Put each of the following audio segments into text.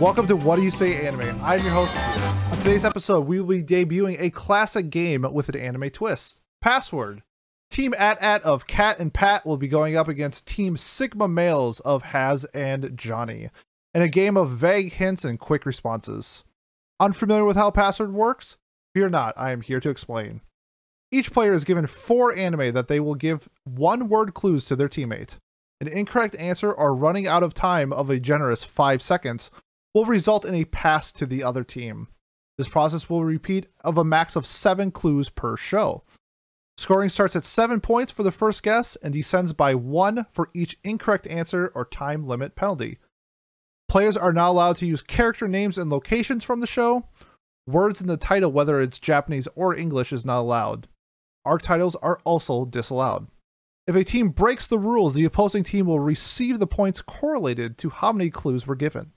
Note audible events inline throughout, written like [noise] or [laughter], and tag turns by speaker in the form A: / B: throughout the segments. A: Welcome to What Do You Say Anime. I'm your host, Peter. On today's episode, we will be debuting a classic game with an anime twist. Password. Team At At of Cat and Pat will be going up against Team Sigma Males of Has and Johnny in a game of vague hints and quick responses. Unfamiliar with how Password works? Fear not, I am here to explain. Each player is given four anime that they will give one word clues to their teammate. An incorrect answer or running out of time of a generous five seconds will result in a pass to the other team. This process will repeat of a max of seven clues per show. Scoring starts at seven points for the first guess and descends by one for each incorrect answer or time limit penalty. Players are not allowed to use character names and locations from the show. Words in the title, whether it's Japanese or English, is not allowed. Arc titles are also disallowed. If a team breaks the rules, the opposing team will receive the points correlated to how many clues were given.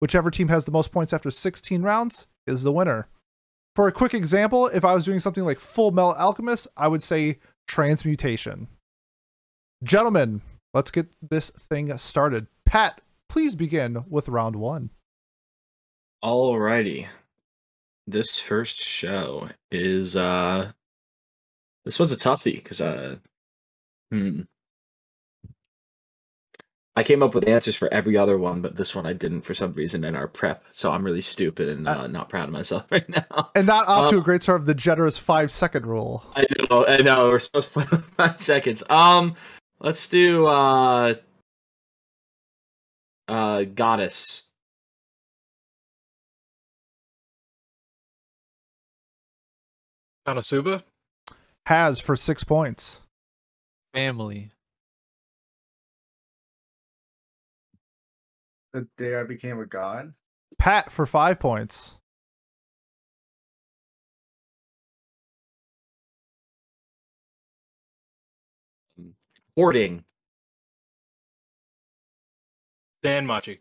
A: Whichever team has the most points after 16 rounds is the winner. For a quick example, if I was doing something like Full Metal Alchemist, I would say transmutation. Gentlemen, let's get this thing started. Pat, please begin with round one.
B: Alrighty. This first show is uh this one's a toughie because uh hmm. I came up with answers for every other one, but this one I didn't for some reason in our prep. So I'm really stupid and
A: Uh,
B: uh, not proud of myself [laughs] right now.
A: And not off to
B: Um,
A: a great start of the generous five second rule.
B: I know, I know. We're supposed to play [laughs] with five seconds. Um, let's do uh, uh, goddess.
C: Konosuba?
A: Has for six points.
D: Family.
E: The day I became a god.
A: Pat for five points.
B: Hoarding.
C: Danmachi.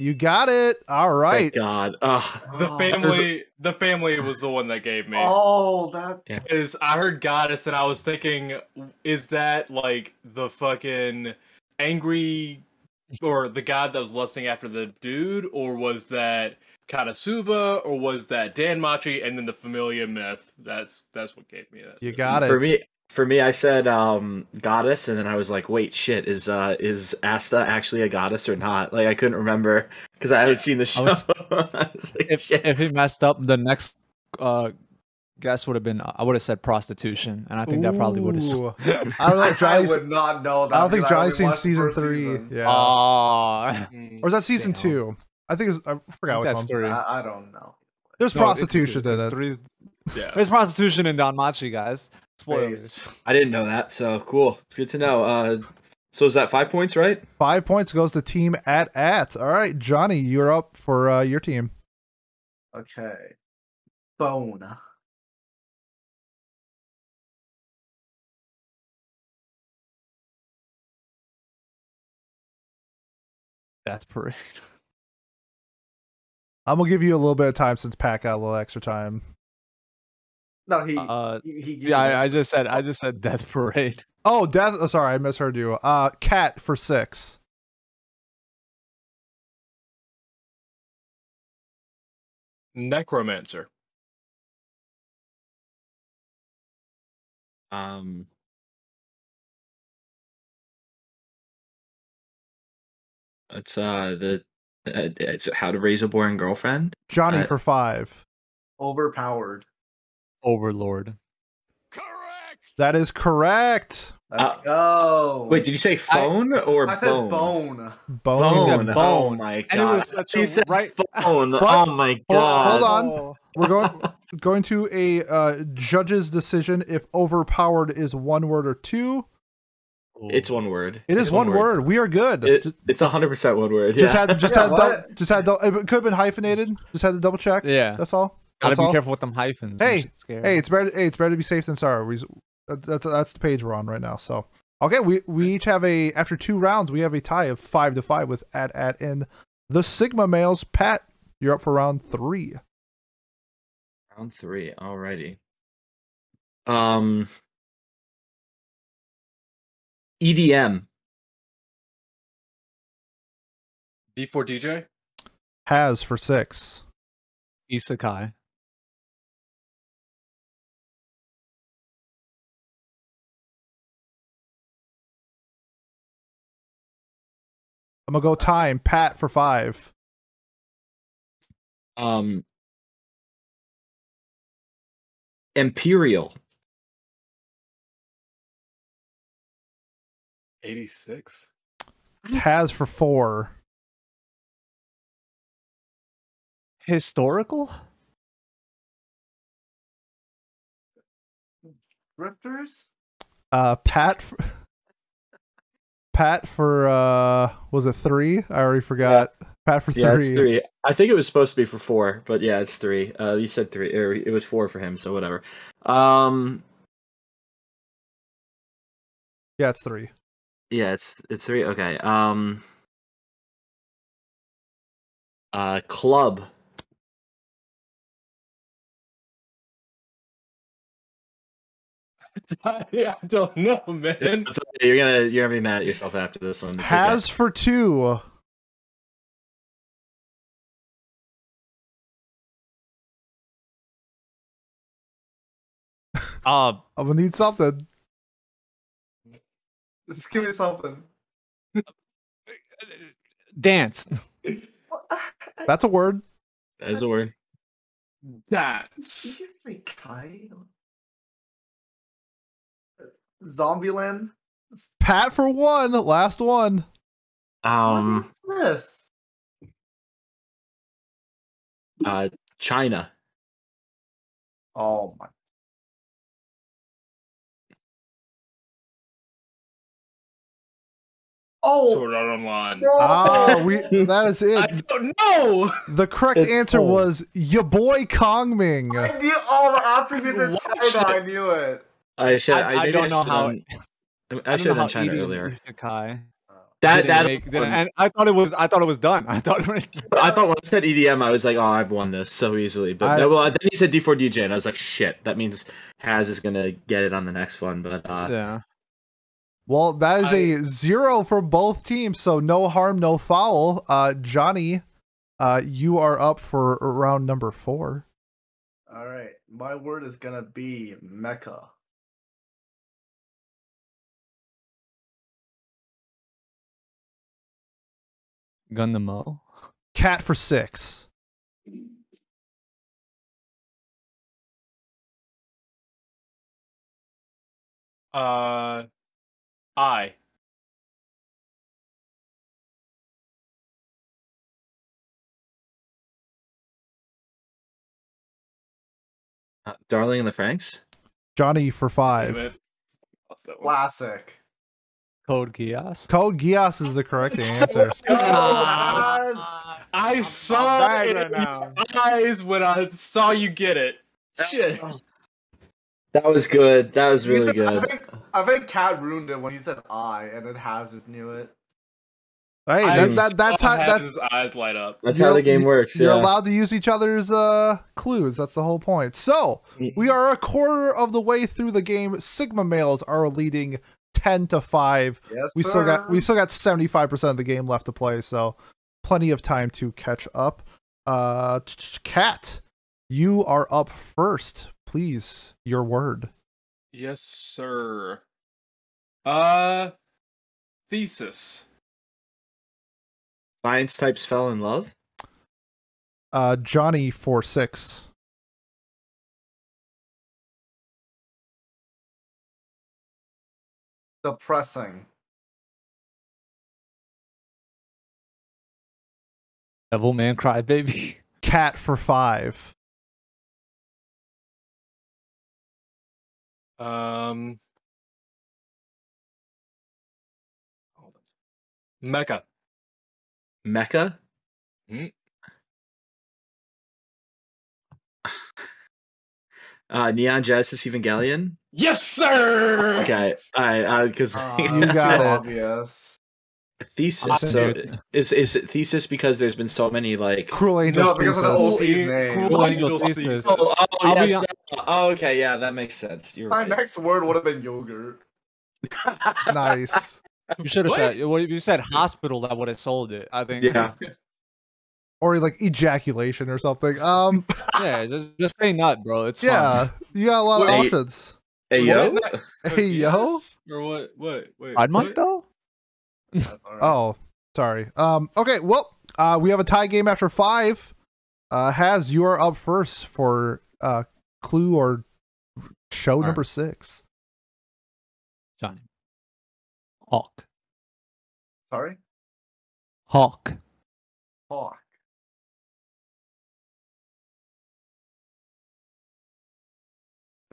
A: You got it. All
B: Thank
A: right.
B: God. Ugh.
C: The
E: Oh,
C: family the family was the one that gave me.
E: Oh, that
C: Is I heard goddess and I was thinking is that like the fucking angry or the god that was lusting after the dude or was that Katasuba or was that Danmachi and then the familia myth? That's that's what gave me that.
A: You got it.
B: for me for me i said um goddess and then i was like wait shit is uh is asta actually a goddess or not like i couldn't remember because i haven't
C: Yeah.
B: seen the show [laughs] I
D: I was-
B: was, like,
D: If
B: shit.
D: if he messed up, the next uh, guess would have been I would have said prostitution, and I think that probably would [laughs] have.
A: Ooh. I don't know if
E: [laughs] I
A: Johnny's.
E: would not know. That
A: I don't think
E: because only
A: Johnny's seen
E: watched the
A: season
E: first
A: three.
E: season.
A: Yeah.
D: Ah,
C: Mm,
A: or is that season
D: Damn.
A: two? I think it was, I forgot which
D: that's
A: one.
D: three.
E: I, I don't know.
A: There's
D: No, it's two.
A: prostitution in
D: There's
A: it.
D: three-
C: Yeah.
D: There's prostitution in Don Machi, guys. Spoilers.
B: i didn't know that so cool good to know uh so is that five points right
A: Five points goes to team at at. All right, Johnny, you're up for uh, your team.
E: Okay. Bone.
D: Death parade.
A: I'm gonna give you a little bit of time since Pat got a little extra time.
E: No, he.
D: Uh,
E: he, he gave
D: yeah,
E: me-
D: I, I just said I just said death parade. [laughs]
A: Oh, death. Oh, sorry, I misheard you. Uh, cat for six.
C: Necromancer.
B: um it's uh the uh, it's how to raise a boring girlfriend
A: Johnny
B: Alright.
A: for five.
E: overpowered.
D: Overlord.
A: That is correct.
E: Let's
B: Uh,
E: go.
B: wait did you say phone or
E: oh. I
B: bone?
E: said bone.
A: Bone.
B: Bone.
D: said
B: Oh
D: bone.
B: my god.
D: And it was such a
B: He said
D: right.
B: phone.
A: What?
B: Oh my
A: Hold
B: god.
A: on. We're going going to a uh, judge's decision if overpowered is one word or two.
B: It's one word.
A: It is
B: It's
A: one word. We are good.
B: It-
A: just,
B: it's hundred percent one word.
A: just
B: yeah. [laughs]
A: had just
E: Yeah,
A: had dou-
E: what?
A: just had dou- it could have been hyphenated. Just had to double check.
D: Yeah.
A: That's all.
D: Gotta
A: That's
D: be
A: all.
D: careful with them hyphens. Them
A: Hey,
D: shit's scary.
A: Hey, it's better. Hey, it's better to be safe than sorry. We, that- that's that's the page we're on right now. So okay, we we each have a after two rounds we have a tie of five to five with at at in the Sigma males. Pat, you're up for round three.
B: round three. Alrighty. Um. E EDM.
C: D4 DJ?
A: Has for six.
D: Isekai.
A: I'm gonna go time. Pat for five.
B: Um, Imperial.
C: 86.
A: Has for four.
D: Historical?
E: Drifters?
A: Uh, Pat. For, [laughs] Pat for uh, was it three? I already forgot. Pat for
B: Yeah,
A: three.
B: it's three. I think it was supposed to be for four, but yeah, it's three. Uh, you said three, or it was four for him, so whatever. Um,
A: Yeah, it's three.
B: yeah, it's it's three. Okay. Um, uh, club.
C: [laughs] yeah, I don't know, man.
B: It's okay, You're gonna you're gonna be mad at yourself after this one. It's okay.
A: Has for two.
D: Uh,
A: I'm gonna need something.
E: Just give me something.
D: dance.
A: That's a word.
B: That's a word.
C: That's.
E: You can say Kyle. Zombieland?
A: Pat for one. Last one.
B: Um,
E: what is this?
B: uh, China.
E: Oh my. Oh,
C: Sword Art Online.
E: no!
A: Ah,
E: [laughs]
A: we. That is
C: [laughs] I
A: it.
C: don't know!
A: The correct
B: It's
A: answer
B: old.
A: was your boy Kongming.
E: I knew all the options in
C: What?
E: China. I knew it.
B: I should.
D: I-
B: I,
D: I
B: maybe
D: don't know
B: should've
D: how-
B: done- I,
D: I
B: should have done
D: don't know how E
B: China
D: eating
B: earlier.
D: Isekai.
E: Oh,
B: That
D: didn't
B: that
D: make- didn't- and I thought it was. I thought it was done. [laughs] I thought it was,
B: I thought when I said EDM, I was like, oh, I've won this so easily. But
A: I-
B: no, well, then you said D4 DJ, and I was like, shit, that means Haz is gonna get it on the next one. But [laughs] uh,
D: yeah.
A: Well, that is
C: I-
A: a zero for both teams, so no harm, no foul. Uh, Johnny, uh, you are up for round number four.
E: All right, my word is gonna be Mecca.
D: Gundam Mo.
A: Cat for six.
C: Uh, I.
B: uh, Darling in the Franks,
A: Johnny for
C: Damn
A: five.
C: it. Lost that one.
E: Classic.
D: Code Geass.
A: Code Geass is the correct
C: [laughs] So
A: answer.
C: sad.
E: Yes!
C: I saw
E: I'm
C: it
E: bad
C: in your eyes when I saw you get it. Shit.
B: that was good. That was
E: You
B: really
E: said- I
B: good.
E: think, I think Kat ruined it when he said I, and then Has just knew it.
A: Hey,
C: I
A: that, that, that's
C: saw
A: how that's
C: his eyes light up.
B: That's
A: you're-
B: how the game works.
A: you're
B: Yeah.
A: allowed to use each other's uh, clues. That's the whole point. So
B: Mm.
A: we are a quarter of the way through the game. Sigma males are leading ten to five.
E: Yes,
A: we still got
E: sir.
A: we still got 75% of the game left to play so plenty of time to catch up uh cat you are up first please your word
C: Yes, sir. Uh, thesis.
B: Science types fell in love.
A: uh johnny 46
E: Depressing.
D: Devil Man Cry
B: [laughs]
D: Baby.
A: cat for 5
C: Um, hold on. Mecca.
B: Mecca.
C: Hmm.
B: [sighs] uh, Neon Genesis Evangelion.
C: Yes, sir.
B: Okay, I because [laughs]
E: Uh,
A: [laughs] You got it.
E: Obvious.
B: thesis. So is is it thesis because there's been so many like
A: cruel angels
E: No, because of the
A: thesis.
E: old- Please,
C: Cool
E: name.
C: Oh, Cool
D: Angel
C: Angel
D: Thesis.
C: Thesis.
B: Oh, oh,
D: I'll
B: yeah,
D: be hon-
B: duh. oh, okay, yeah, that makes sense. You're
E: My
B: right.
A: [laughs]
E: next word would have been yogurt.
A: nice
D: You should have
C: What?
D: said. Well, if you said hospital, that would have sold it. I think.
B: Yeah.
A: or like ejaculation or something. Um,
D: [laughs] yeah. Just, just say nut, bro. It's
A: yeah, you got a lot of
B: Wait.
A: options.
B: Hey
C: Was
B: yo.
C: that not
A: Hey yo,
C: cookies? Oh, Or what? What? Wait.
D: Fine. Pride month
C: what?
D: though.
A: oh, sorry. Um, okay, well, uh, we have a tie game after five. Uh, has you are up first for uh clue or show
D: right.
A: number six.
D: Johnny. Hawk.
E: Sorry?
D: Hawk.
E: Hawk.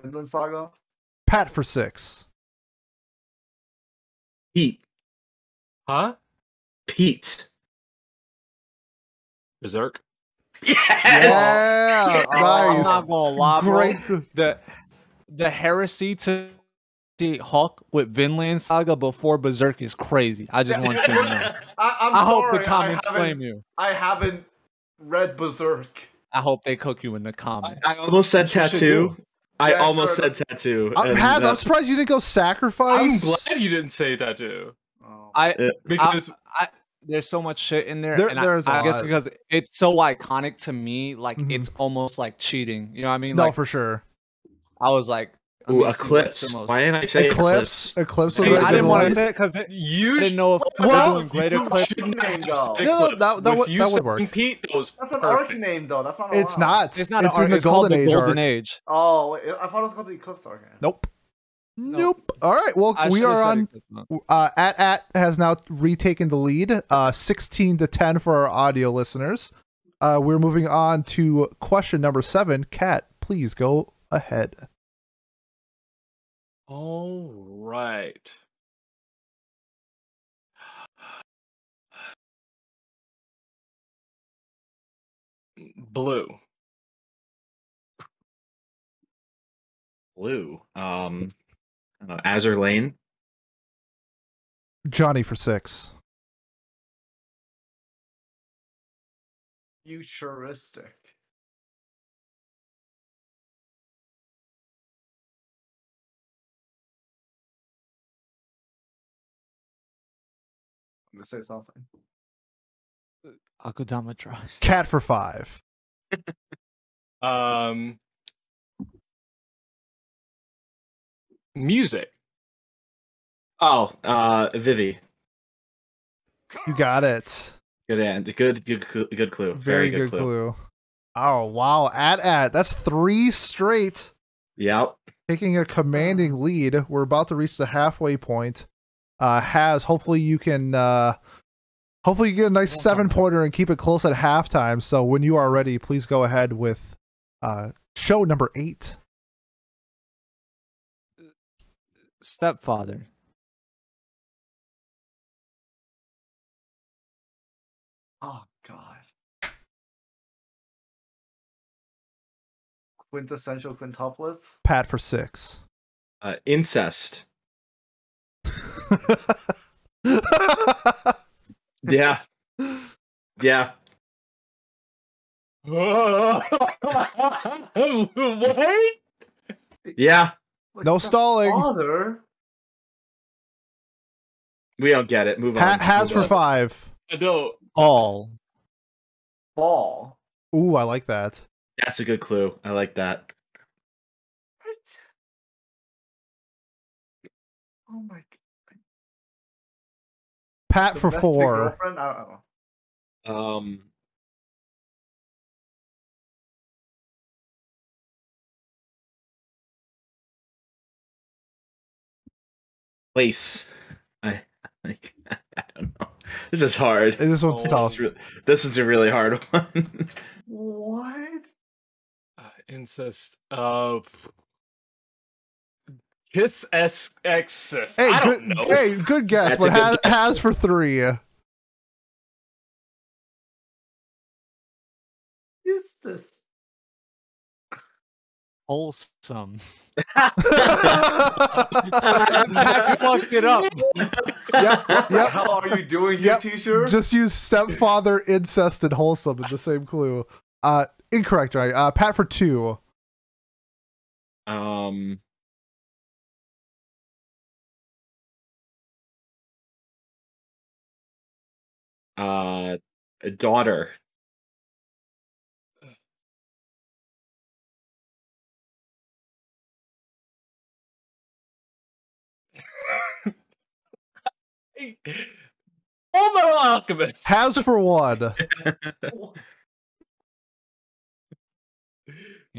E: Vinland Saga?
A: Pat for six.
B: Pete.
C: Huh?
B: Pete.
C: Berserk.
B: [laughs] Yes.
A: Yeah,
D: Oh, I'm
A: nice.
D: not gonna lie, bro.
A: Great.
D: The the heresy to the Hawk with Vinland Saga before Berserk is crazy. I just want you [laughs] to know.
E: I, I'm
D: I hope
E: sorry.
D: the comments
E: I
D: blame
E: haven't,
D: you.
E: I haven't read Berserk.
D: I hope they cook you in the comments.
B: I almost said
D: That's what you should
B: tattoo. I
E: Yeah, I
B: almost
E: started-
B: said tattoo.
A: Uh,
B: and
A: Paz, I'm
B: that-
A: surprised you didn't go
C: I'm
A: sacrifice.
C: glad you didn't say tattoo
E: Oh.
D: I
C: because
D: there's so much shit in there.
A: There-
D: and I-
A: there's a
D: I, guess
A: lot.
D: because it's so iconic to me, like
A: Mhm.
D: it's almost like cheating. You know what I mean?
A: No,
D: like
A: for sure.
D: I was like, let
B: Ooh,
D: me see what's the
B: eclipse.
D: most-
B: Why didn't I say
A: Eclipse.
B: eclipse?
A: Eclipse. was
D: See,
A: a
D: I
A: good
D: didn't want
A: one.
D: to say it because I
C: you
D: didn't know if
E: What?
D: we're doing great
E: You
D: eclipse.
E: shouldn't have
C: just
E: gone.
A: No,
C: Eclipse.
A: that- that
C: With
A: would-
C: you
A: that would
C: saying
A: work.
C: Pete, that was
E: That's an arc
C: perfect.
E: name, though. That's not.
A: It's
E: allowed.
A: not.
D: It's not.
A: It's
D: an,
A: in
D: art-
A: the
D: it's called
A: golden age.
D: the golden
A: arc.
D: age.
E: Oh, wait, I thought it was called the Eclipse arc.
A: Nope.
D: No.
A: Nope. All right. Well,
D: I
A: we
D: should've
A: are
D: said
A: on.
D: eclipse, no.
A: Uh, at at has now retaken the lead, uh, sixteen to ten for our audio listeners. Uh, we're moving on to question number seven. Kat, please go ahead.
C: All right. Blue.
B: Blue. Um, I don't know, Azure Lane.
A: Johnny for six.
E: Futuristic. I'm gonna say something.
D: Akudama Drive.
A: Cat for five.
C: Um. [laughs] Music.
B: Oh, uh, Vivi.
A: You got it.
B: Good and good, good, cl- good clue.
A: Very, good, clue. Oh wow! At at that's three straight.
B: Yep.
A: taking a commanding lead. We're about to reach the halfway point. Uh, has hopefully you can uh, hopefully you get a nice
D: Welcome.
A: seven pointer and keep it close at halftime. So when you are ready, please go ahead with uh, show number eight.
D: Stepfather.
E: Oh God. Quintessential quintuplets.
A: Pat for six.
B: Uh, incest.
A: [laughs]
B: Yeah. yeah.
C: what?
B: Yeah.
E: Like,
A: No
E: step-
A: stalling.
E: Father.
B: We don't get it. Move on.
A: ha- has for
B: Move on.
A: five.
C: I don't.
D: All.
E: Ball.
A: Ooh, I like that.
B: That's a good clue. I like that.
E: What? Oh my. g-
A: Pat for
E: domestic
A: four.
E: girlfriend? I don't know.
B: Um, place. I, I, [laughs] I don't know. This is hard.
A: This one's
C: Oh.
B: This
A: tough.
B: is, re- this is a really hard [laughs] one.
E: What?
C: Uh, incest. Uh. Kiss S Xs.
A: Hey,
C: I don't
A: good,
C: know.
A: hey, good guess,
B: That's
A: but
B: a good
A: has,
B: guess.
A: has for three. [laughs]
E: Is
A: [laughs]
E: this?
D: Wholesome.
A: That's
D: [laughs] That's fucked it up.
A: Yep,
E: What the
A: yep.
E: hell are you doing,
A: Yep.
E: you teacher?
A: Just use stepfather, incest, and wholesome in the same clue. Uh, incorrect, right? Uh, Pat for two.
B: Um, uh, daughter.
C: [laughs] Oh my alchemist.
A: Has for one.
D: [laughs] Can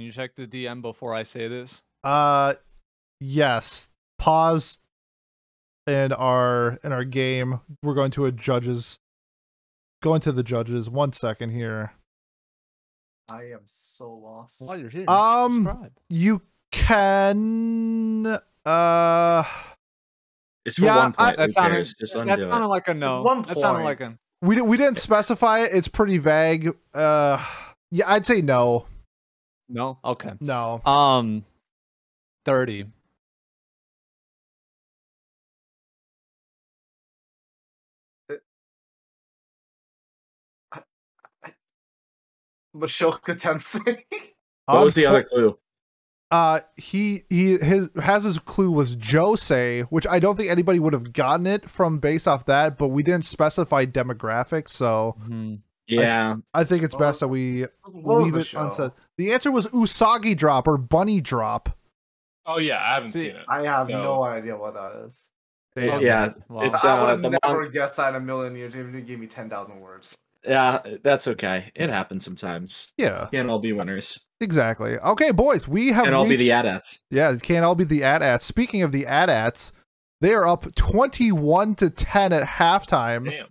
D: you check the DM before I say this?
A: Uh, yes. Pause. In our in our game, we're going to a judges. Going to the judges. One second here.
E: I am so lost.
D: While you're here,
A: Um,
D: subscribe.
A: You can. Uh,
B: It's for
A: Yeah,
B: one
A: I-
B: point.
D: that
B: Who
D: sounded-
B: cares? Just undo
D: that
B: it.
D: sounded like a no.
E: one
D: that sounded
E: point.
D: like a
A: we di- we didn't specify it. It's pretty vague. Uh, yeah, I'd say no,
D: no. Okay.
A: no.
D: Um, thirty.
E: Mashoka [laughs] Tensei.
B: what was the
A: Unfor-
B: other clue?
A: uh he he his has his clue was Jose, which I don't think anybody would have gotten it from based off that, but we didn't specify demographics, so
D: Mm-hmm.
B: Yeah,
A: I think it's
E: Well,
A: best that we
E: What was
A: leave
E: the
A: it
E: show?
A: unsaid. The answer was Usagi drop or bunny drop.
C: Oh yeah, I haven't
D: See,
C: seen it.
E: I have
C: So-
E: no idea what that is.
B: yeah,
A: Um,
D: Okay.
B: yeah,
D: Well,
B: It's,
E: I would
B: uh,
E: have
B: the
E: never
B: mon-
E: guessed that in a million years even if you gave me 10,000 words.
B: That's okay. It happens sometimes.
A: Yeah,
B: Can't all be winners.
A: exactly. Okay, boys, we have
B: Can't all be the
A: reached-
B: adats.
A: Yeah, it can't all be the at ats. Speaking of the at ats, they are up twenty-one to ten at halftime.
C: Damn.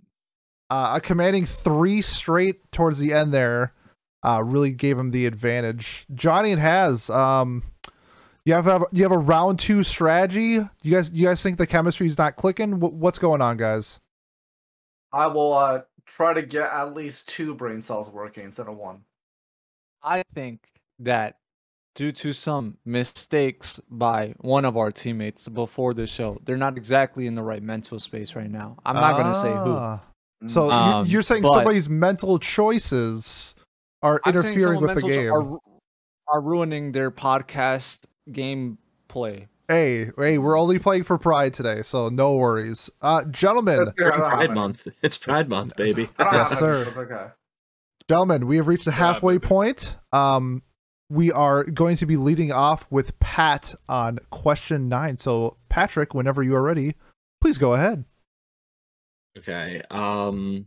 A: uh, commanding three straight towards the end there uh, really gave him the advantage. Johnny and Has, um, you have, have you have a round two strategy. You guys, you guys think the chemistry's not clicking? Wh- what's going on, guys?
E: I will uh, try to get at least two brain cells working instead of one.
D: I think that due to some mistakes by one of our teammates before the show, they're not exactly in the right mental space right now. I'm not going to say who.
A: Ah.
E: Mm.
A: So you-
D: Um,
A: you're saying
D: but-
A: somebody's mental choices are
D: I'm saying
A: interfering
D: someone
A: with the
D: mental
A: game.
D: are, are ruining their podcast gameplay.
A: Hey, hey, we're only playing for pride today, so no worries, uh, gentlemen.
E: That's good, I don't have
B: Pride
E: any.
B: month. [laughs] It's Pride month, baby.
E: I don't
A: Yes,
E: have any, so
A: sir.
E: It's okay.
A: gentlemen we have reached the
C: Yeah,
A: halfway
C: baby.
A: point um we are going to be leading off with pat on question nine so patrick whenever you are ready please go ahead
B: Okay. Um.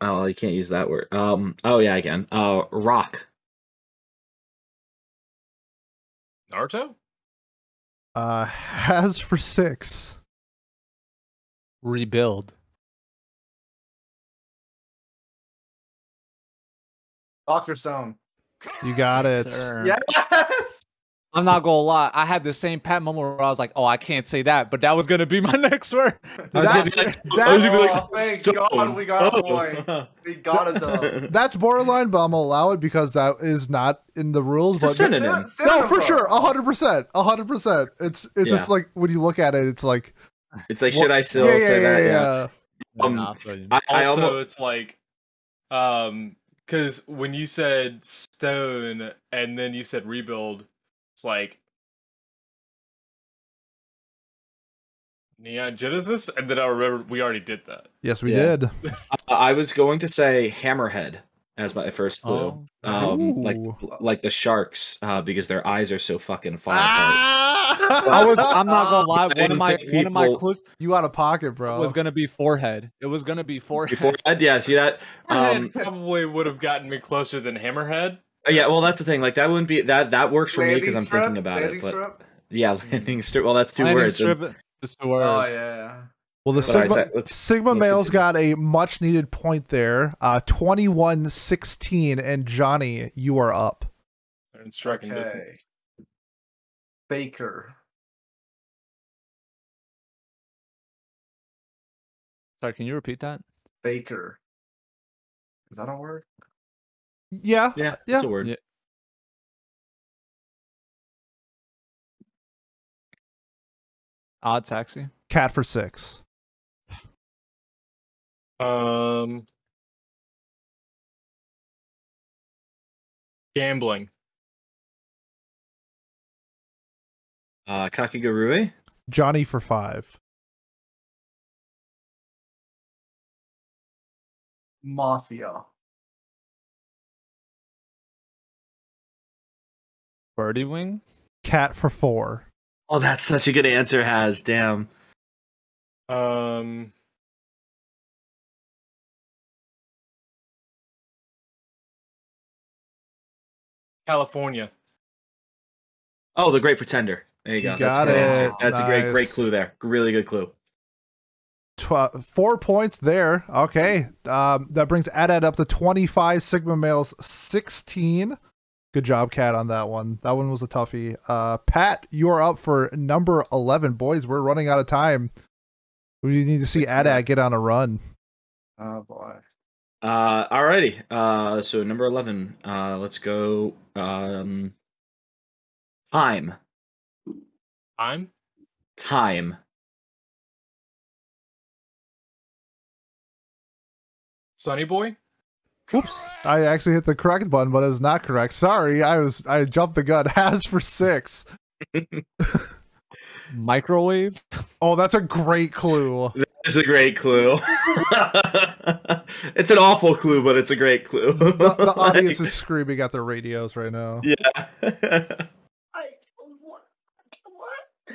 B: Oh, I can't use that word. Um. Oh yeah, I can. Uh, rock.
C: Naruto?
A: uh has for six
D: Rebuild.
E: Dr. Stone.
A: you got it
E: Yes! [laughs]
D: I'm not gonna lie. I had the same Pat moment where I was like, "Oh, I can't say that," but that was gonna be [laughs] my next word.
B: I was gonna be
E: [laughs]
B: like- I was gonna be like,
E: Oh, thank God we got a
B: Oh.
E: We got
B: [laughs]
E: it though.
A: that's borderline but i'm gonna allow it because that is not in the rules
B: It's a
A: but
B: synonym.
A: no for sure 100% 100% it's it's just
B: Yeah.
A: like when you look at it it's like
B: It's like,
A: what-
B: should I still say that? Yeah. [laughs] Um,
D: Nah, but-
B: I, I
C: also
B: almost.
C: it's like um because when you said stone and then you said rebuild it's like neon genesis and then i remember we already did that
A: yes we
B: Yeah.
A: did
B: I was going to say hammerhead as my first clue.
D: Oh.
B: Um, like
A: Ooh.
B: like the sharks, uh, because their eyes are so fucking far apart.
D: [laughs] I
A: I
D: was. I'm not gonna lie. One
B: didn't
D: of my
B: think
D: one of my
B: people-
D: clues
A: you out of pocket bro
D: was gonna be forehead. It was gonna be forehead. [laughs]
B: Before yeah, see [laughs] that. Um,
C: [laughs] Hammerhead probably would have gotten me closer than hammerhead
B: Uh, yeah, well, that's the thing. Like that wouldn't be that. That works for me
E: Landing
B: because I'm
E: strip?
B: thinking about
E: Landing
B: it. But
E: strip?
B: yeah, [laughs] landing strip. Well, that's two
D: Landing
B: words.
D: strip- just two words.
E: Oh, yeah, yeah.
A: Well, the
B: But all right,
A: Sigma,
B: so let's-
A: Sigma
B: let's
A: male's
B: continue.
A: got a much needed point there. Uh, 21 16, and Johnny, you are up.
C: and striking
E: Okay. Baker.
D: Sorry, can you repeat that?
E: Baker. Is that a word?
A: Yeah.
B: Yeah,
A: Uh, Yeah.
B: it's a word.
D: Yeah. Odd taxi.
A: Cat for six.
C: distance um gambling
B: Uh, Kakigurui.
A: Johnny for five.
E: Mafia.
D: Birdie wing.
A: Cat for four.
B: Oh, that's such a good answer, Has. Damn.
C: Um, California.
B: Oh, The Great Pretender. There you
A: You
B: go. that's
A: got
B: a good
A: it.
B: answer. That's a great, great
A: Nice.
B: clue there. Really good clue.
A: Tw- four points there. Okay. Um, that brings Adad up to 25, Sigma males 16. Good job, Cat, on that one. That one was a toughie. Uh, Pat, you're up for number 11. Boys, we're running out of time. We need to see Adad get on a run.
E: Oh boy.
B: Uh, alrighty. Uh, so number eleven. Uh, let's go. Um, time,
C: Time.
B: time.
C: Sunny Boy.
A: Oops. I actually hit the correct button, but it's not correct. Sorry, I was I jumped the gun. [laughs] Has for six.
D: Microwave.
A: Oh, that's a great clue.
B: It's a great clue. [laughs] it's an awful clue, but it's a great clue.
A: The,
E: [laughs]
B: [laughs]
A: the
B: Like,
A: audience is screaming at their radios right now.
B: Yeah. [laughs]
E: I what? What?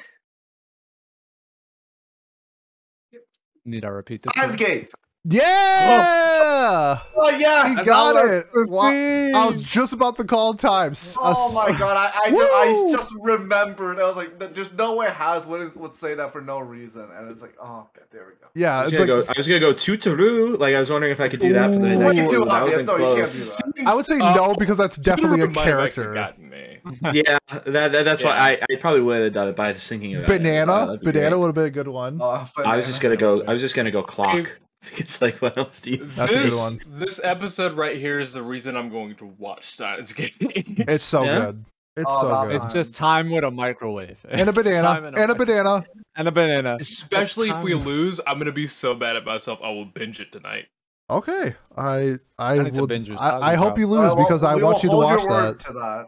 D: Need I repeat this?
E: Science Gate.
A: Yeah,
E: Oh yeah,
A: he got it. Wa- I was just about to call time. S- a
E: Oh my
A: s-
E: god, I I, ju- I
A: Woo!
E: just remembered. I was like, "Th- there's no way Has would would say that for no reason, and it's like, oh, okay, there we go.
A: Yeah,
B: I was,
A: it's
B: gonna
A: like,
B: go, I was gonna go tootaroo. Like I was wondering if I could do that for the
A: Ooh.
B: next
E: It's
A: Ooh,
E: actually too
B: clue. That
E: obvious.
B: would've
E: No, you
B: been
E: can't
B: close.
E: do
A: I would say
C: Uh,
A: no because that's definitely a
C: Superman might have actually
A: character.
C: gotten me.
B: Yeah, that, that that's
C: Yeah.
B: why I, I probably would have done it by just thinking about it.
A: Banana,
B: That'd be great.
A: banana would have been a good one.
E: that. Uh, but-
B: I was just gonna go. I was just gonna go clock.
C: If-
B: [laughs] It's like what else do you?
C: This,
A: a good one.
C: This episode right here is the reason I'm going to watch Steins Gate. [laughs]
A: It's so
B: Yeah.
A: good. It's
E: Oh,
A: so
E: about
A: good.
D: It's just time with a microwave.
A: And a
D: [laughs] It's time
A: banana,
D: in
A: and a
D: mic-
A: banana.
D: and a banana.
C: Especially if we
D: time.
C: lose, I'm gonna be so mad at myself. I will binge it tonight.
A: Okay, I I
D: I need some
A: would.
D: binges. That'd be
A: I, I hope
D: proud.
A: you
E: Uh,
A: lose
E: well,
A: because I
E: we
A: want
E: will
A: you to
E: hold your
A: watch
E: word
A: that.
E: To that.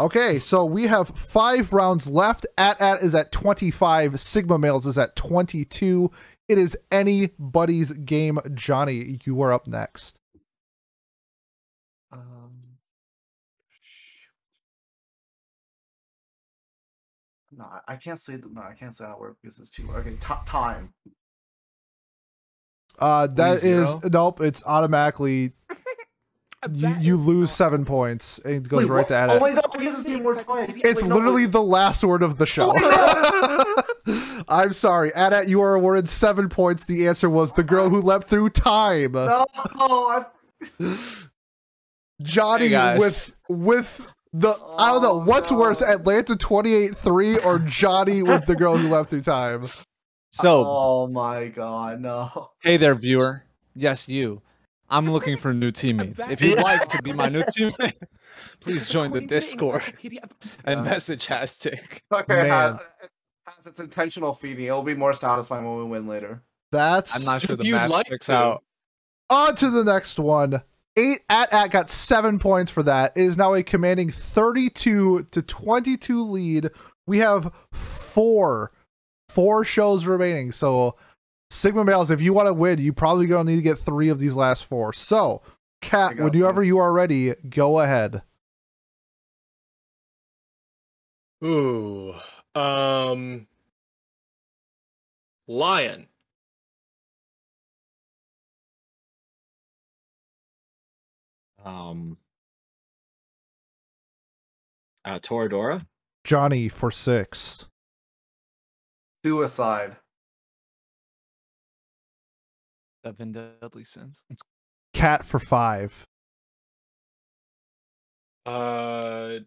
A: Okay, so we have five rounds left. At at is at twenty five. Sigma males is at twenty two. It is anybody's game. Johnny, you are up next.
E: Um, shoot. no, I- I can't say. th- No, I can't say that word because it's too. Okay, ti- time.
A: Uh, that
D: Three
A: is
D: zero?
A: nope. It's
E: [laughs]
A: automatically you, you lose seven points and it goes
E: Wait,
A: right
E: what?
A: to at
E: Oh
A: it.
E: my god, we used the same word
A: [laughs]
E: twice.
A: It's
E: Wait, no,
A: literally
E: wait.
A: the last word of the
E: [laughs]
A: show. [laughs] I'm sorry. At at you are awarded seven points. The answer was the girl who leapt through time.
E: No,
B: Oh.
E: I,
A: Johnny
D: Hey, guys.
A: with with the I don't know
E: Oh,
A: what's
E: no.
A: worse, Atlanta twenty eight three or Johnny with the girl who left through
E: [laughs]
A: time.
D: So
E: oh my god, no.
D: Hey there, viewer. Yes, you. I'm looking for new teammates. If you'd like to be my new teammate, please join the Discord [laughs] and message hashtag.
E: Okay,
A: Man.
E: has, has its intentional feeding. It'll be more satisfying when we win later.
A: That's
D: I'm not sure
C: If
D: the
C: you'd
D: match
C: like
D: checks
C: to.
D: out.
A: on to the next one. Eight at at got seven points for that. It is now a commanding thirty-two to twenty-two lead. We have four, four shows remaining. So, Sigma males, if you want to win, you probably gonna need to get three of these last four. So,
E: I
A: Cat,
E: got
A: whenever you are ready, go ahead.
C: Ooh. Um. Lion.
B: Um. Uh, Toradora.
A: Johnny for six.
E: Suicide.
D: Seven deadly sins.
A: Cat for five.
C: Uh.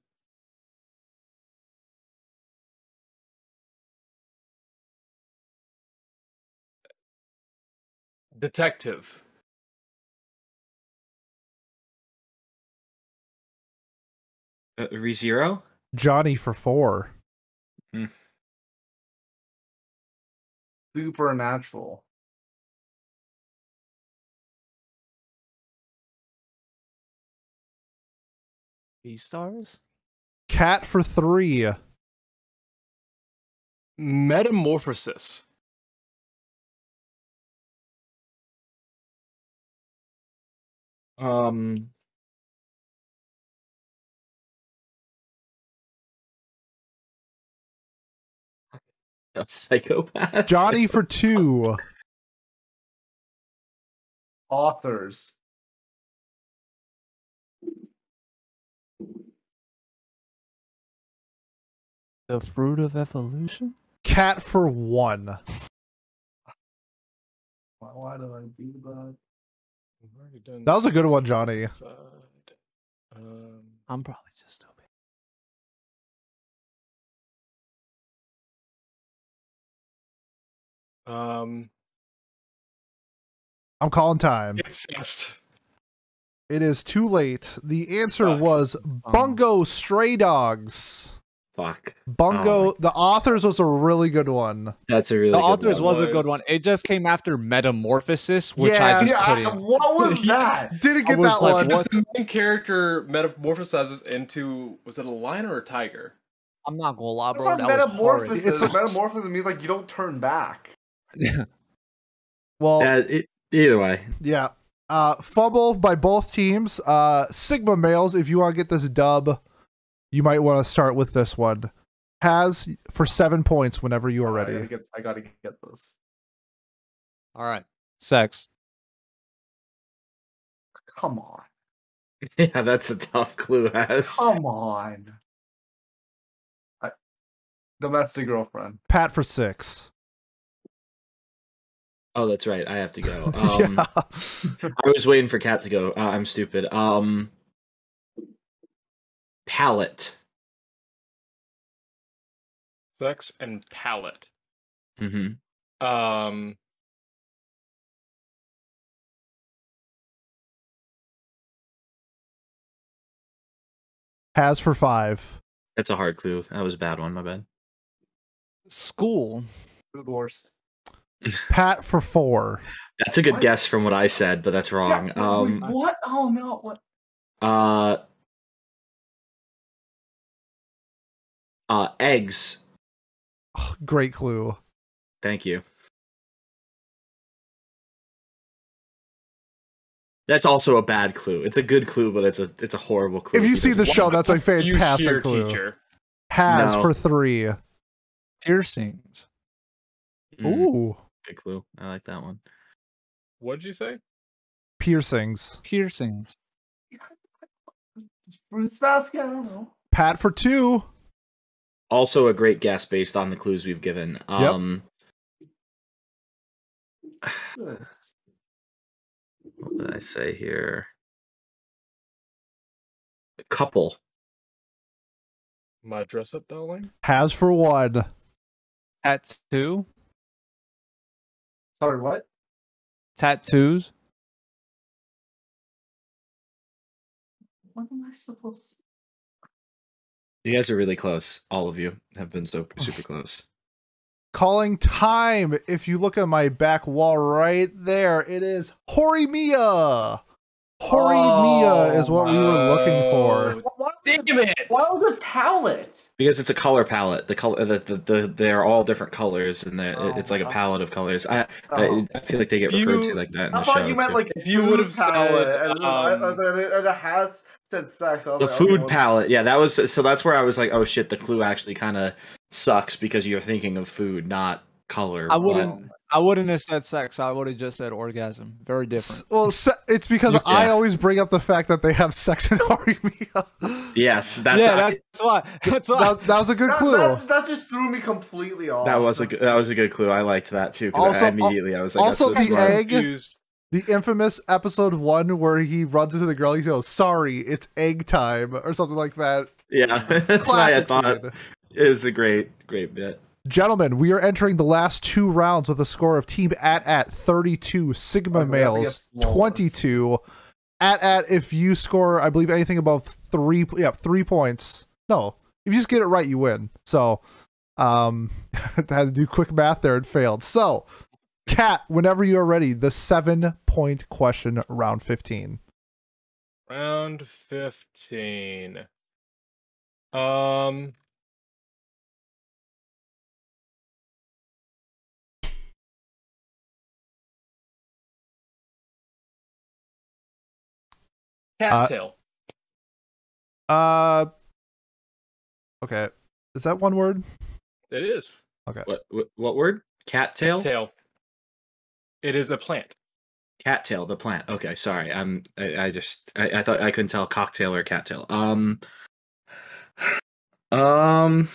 C: Detective.
B: Uh, Rezero.
A: Johnny for four.
E: Supernatural.
D: B stars?
A: Cat for three.
C: Metamorphosis.
B: Um, [laughs] a psychopath.
A: Johnny for two.
E: Authors.
D: The fruit of evolution?
A: Cat for one.
E: Why, why do I do that?
A: That was a good one, Johnny.
C: Um,
D: I'm probably just stupid.
C: um,
A: I'm calling time.
C: incest.
A: It is too late. The answer
C: Fuck.
A: was
B: Oh.
A: Bungo Stray Dogs.
B: Fuck.
A: Bungo.
B: Oh my-
A: the authors was a really good one.
B: That's a really
D: The
B: good
D: authors
B: one.
D: was a good
C: was-
D: one. It just came after Metamorphosis, which
A: Yeah.
D: I just
E: Yeah, I, [laughs]
D: couldn't.
A: [laughs]
E: what was that?
A: Didn't get
D: was
A: that
D: like,
A: one.
C: [laughs]
D: what?
C: The main character metamorphosizes into was it a lion or a tiger?
D: I'm not gonna lie,
E: That's
D: bro.
E: not
D: That was horrid.
A: It's
E: metamorphosis.
D: [laughs]
A: a-
E: metamorphosis means like you don't turn back.
A: Well,
B: That- it- either way, [laughs]
A: yeah. Uh, fumble by both teams. Uh, Sigma males. If you want to get this dub, you might want to start with this one. Has for seven points whenever you are
E: I gotta
A: ready.
E: get, I gotta get this.
D: All right, sex.
E: Come on.
B: yeah, that's a tough clue. As
E: Come on. I, domestic girlfriend.
A: Pat for six. [laughs]
B: oh, that's right. I have to [laughs] go. Um,
A: yeah.
B: I was waiting for Cat to go. Uh, I'm stupid. Um, palette.
C: Sex and palate.
B: Mm-hmm.
C: Um.
A: Has for five.
B: That's a hard clue. That was a bad one. My bad.
D: School.
E: Food Wars.
A: Pat for four.
B: That's a good
E: What?
B: guess from what I said, but that's
E: Yeah,
B: wrong.
E: wait,
B: um,
E: what? Oh no! What?
B: uh, uh, eggs.
A: Oh, great clue.
B: Thank you. That's also a bad clue. It's a good clue, but it's a it's a horrible clue.
A: If you
B: He
A: see the
B: doesn't
A: show,
B: want
A: that's a
C: you here,
A: fantastic clue.
C: teacher.
A: Has
B: No.
A: for three.
D: Piercings.
B: it. Mm,
A: Ooh,
B: good clue. I like that one.
C: What did you say?
A: piercings.
D: Piercings.
E: Fruits basket. I don't know.
A: Pat for two.
B: Also, a great guess based on the clues we've given. Um,
E: Goodness.
B: what did I say here? Couple.
C: My dress up darling.
A: Has for one.
D: Tattoo.
E: Sorry, what?
D: Tattoos.
E: What am I supposed?
B: You guys are really close. All of you have been so
A: Oh.
B: super close.
A: Calling time. If you look at my back wall right there, it is Horimiya. Horimiya
E: Oh,
A: is what we were looking for.
E: Why,
C: Damn it!
E: why was it palette?
B: Because it's a color palette. The color, the, the, the they're all different colors, and they're, it- it's like a
E: Oh.
B: palette of colors. I,
E: Oh.
B: I I feel like they get
C: You-
B: referred to like that. In
E: I
B: the
E: thought
B: show,
E: you meant
B: too.
E: like
C: If you
E: food
C: would've said,
E: palette, and, then I-
C: um,
E: and then it, and it has said sex. Oh. I was
B: the
E: like,
B: food
E: okay, well,
B: palette. Yeah, that was so. That's where I was like, oh shit, the clue actually kind of sucks because you're thinking of food, not color.
D: I
B: but-
D: wouldn't. I wouldn't have said sex. I would have just said orgasm. Very different.
A: S- well, se- it's because I
B: Yeah.
A: always bring up the fact that they have sex in [laughs] Horimiya.
B: Yes, that's
D: yeah,
B: I-
D: that's why. That's why.
A: That, that was a
B: [laughs]
A: good
E: That,
A: clue.
E: that, that just threw me completely off.
B: that was a good, that was a good clue. I liked that too. 'cause
A: Also-
B: I immediately I was like,
A: also
B: that's so
A: the
B: smart.
A: egg-
C: Confused.
A: The infamous episode one where he runs into the girl, he goes, "Sorry, it's egg time" or something like that.
B: Yeah, [laughs] that's what I had
A: Classic.
B: thought.
A: scene.
B: It was a great, great bit.
A: Gentlemen, we are entering the last two rounds with a score of Team At At 32, Sigma
E: Okay, we have to
A: Males
E: get flawless.
A: 22. At At, if you score, I believe anything above three, yeah, three points. No, if you just get it right, you win. So, um, [laughs] had to do quick math there and failed. So, Kat, whenever you are ready, the seven point question, round 15.
C: Round 15. Um Cattail.
A: Uh. Okay. Is that one word?
C: it is.
B: What what, what word? Cattail.
C: Tail. It is a plant.
B: Cattail, the plant. Okay, sorry. I'm. I, I just. I, I thought I couldn't tell cocktail or cattail. Um. [sighs] Um.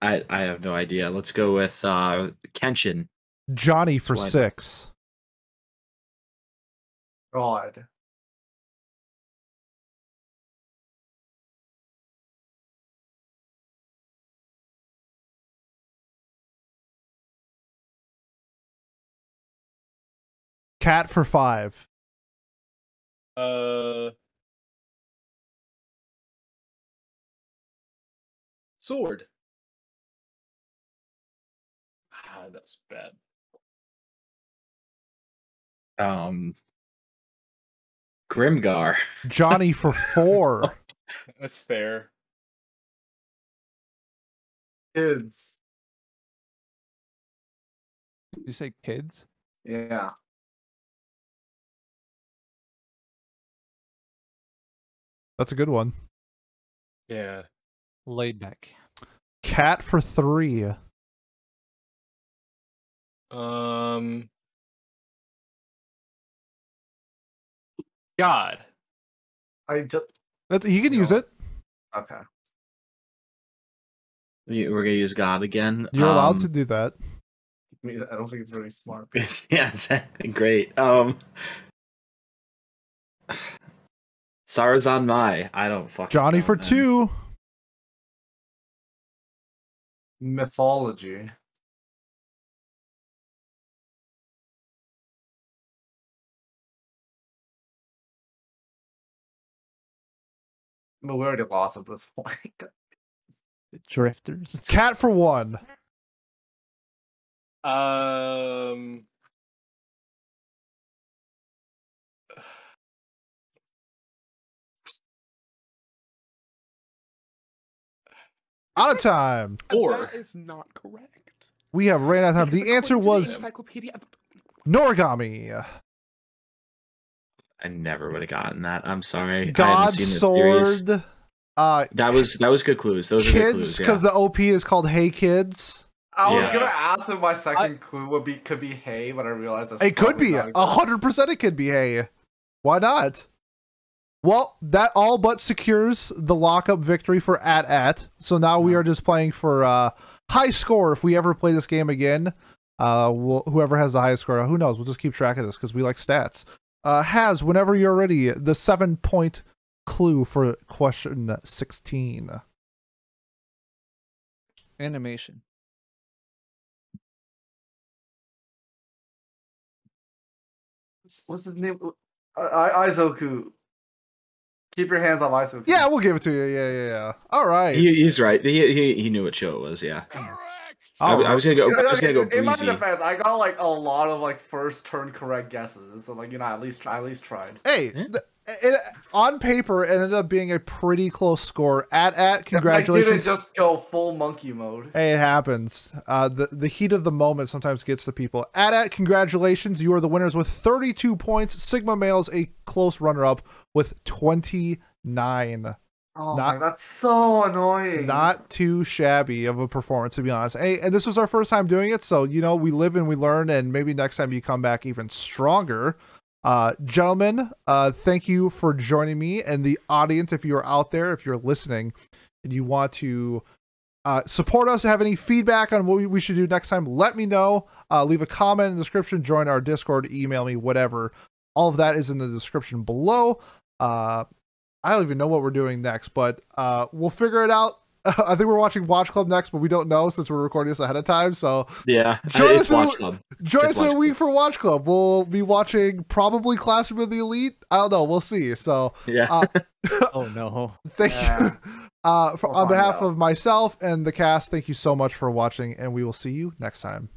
B: I I have no idea. Let's go with uh Kenshin.
A: Johnny for
B: What?
A: six.
E: Oh God.
A: Cat for five.
C: Uh. Sword. Ah, that's bad.
B: Um. Grimgar.
A: Johnny
B: [laughs]
A: for four.
C: That's fair.
E: Kids.
D: You say kids?
E: Yeah.
A: That's a good one.
C: Yeah.
D: Laid back.
A: Cat for three.
C: Um. God.
E: I just
A: That he can use
E: No.
A: it.
E: okay.
B: You- We're gonna use God again.
A: You're allowed to
B: Um,
A: do that.
E: I mean, I don't think it's very smart.
B: [laughs] yeah, exactly. Great. Um. [sighs] Sarazan Mai. I don't fucking.
A: Johnny
B: know,
A: for
B: man.
A: two.
E: Mythology. But we already lost at this [laughs] point.
D: The drifters.
A: Cat for one.
C: Um.
A: Out of time.
C: Or-
F: that is not correct.
A: We have ran out of time.
F: Because
A: The answer
F: according to
A: was
F: encyclopedia.
A: Norigami.
B: I never would have gotten that. I'm sorry. I
A: God
B: haven't seen this series.
A: sword. Uh,
B: That was that was good clues. Those are good
A: kids,
B: clues.
A: because
B: Yeah.
A: the OP is called Hey Kids.
E: I was
B: Yeah.
E: gonna ask if my second clue would be could be hay, but I realized that's
A: It could
E: probably
A: be
E: not a
A: a hundred percent. It could be Hey. Why not? Well, that all but secures the lockup victory for at at. So now we are just playing for uh, high score. If we ever play this game again, uh, we'll, whoever has the highest score, who knows? We'll just keep track of this because we like stats. Uh, has whenever you're ready the seven point clue for question sixteen.
D: Animation.
E: What's- What's his name? I, I, Izoku. Keep your hands off Izoku.
A: Yeah, we'll give it to you. Yeah, yeah, yeah. All right.
B: He, he's right. He, he he knew what show it was. Yeah. I,
A: All
B: was-
A: right.
B: I was gonna go. I
E: I
B: was gonna go
E: in my
B: breezy.
E: defense, I got like a lot of like first turn correct guesses, so like you know, I at least I at least tried.
A: Hey,
B: Yeah.
A: th- it, on paper, it ended up being a pretty close score. At at,
E: I didn't
A: congratulations.
E: just go full monkey mode.
A: Hey, it happens. Uh, the the heat of the moment sometimes gets to people. At at, congratulations, you are the winners with 32 points. Sigma males a close runner up with 29.
E: Oh,
A: Not-
E: man, that's so annoying.
A: Not too shabby of a performance, to be honest. Hey, and this was our first time doing it, so you know we live and we learn, and maybe next time you come back even stronger. Uh, gentlemen, uh, thank you for joining me and the audience. If you are out there, if you're listening, and you want to uh, support us, have any feedback on what we- we should do next time, let me know. Uh, leave a comment in the description, join our Discord, email me, whatever. All of that is in the description below. Uh, I don't even know what we're doing next, but uh, we'll figure it out. [laughs] I think we're watching Watch Club next, but we don't know since we're recording this ahead of time. So
B: Yeah. I-
A: Join
B: it's
A: us in-
B: Watch Club.
A: join
B: It's
A: us in a
B: Watch
A: week for Watch Club. We'll be watching probably Classroom of the Elite. I don't know. We'll see. So
B: Yeah.
A: uh,
D: Oh no.
A: thank
E: Yeah.
A: you. [laughs] Uh, for,
E: We'll
A: on
E: find
A: behalf
E: out.
A: of myself and the cast, thank you so much for watching, and we will see you next time.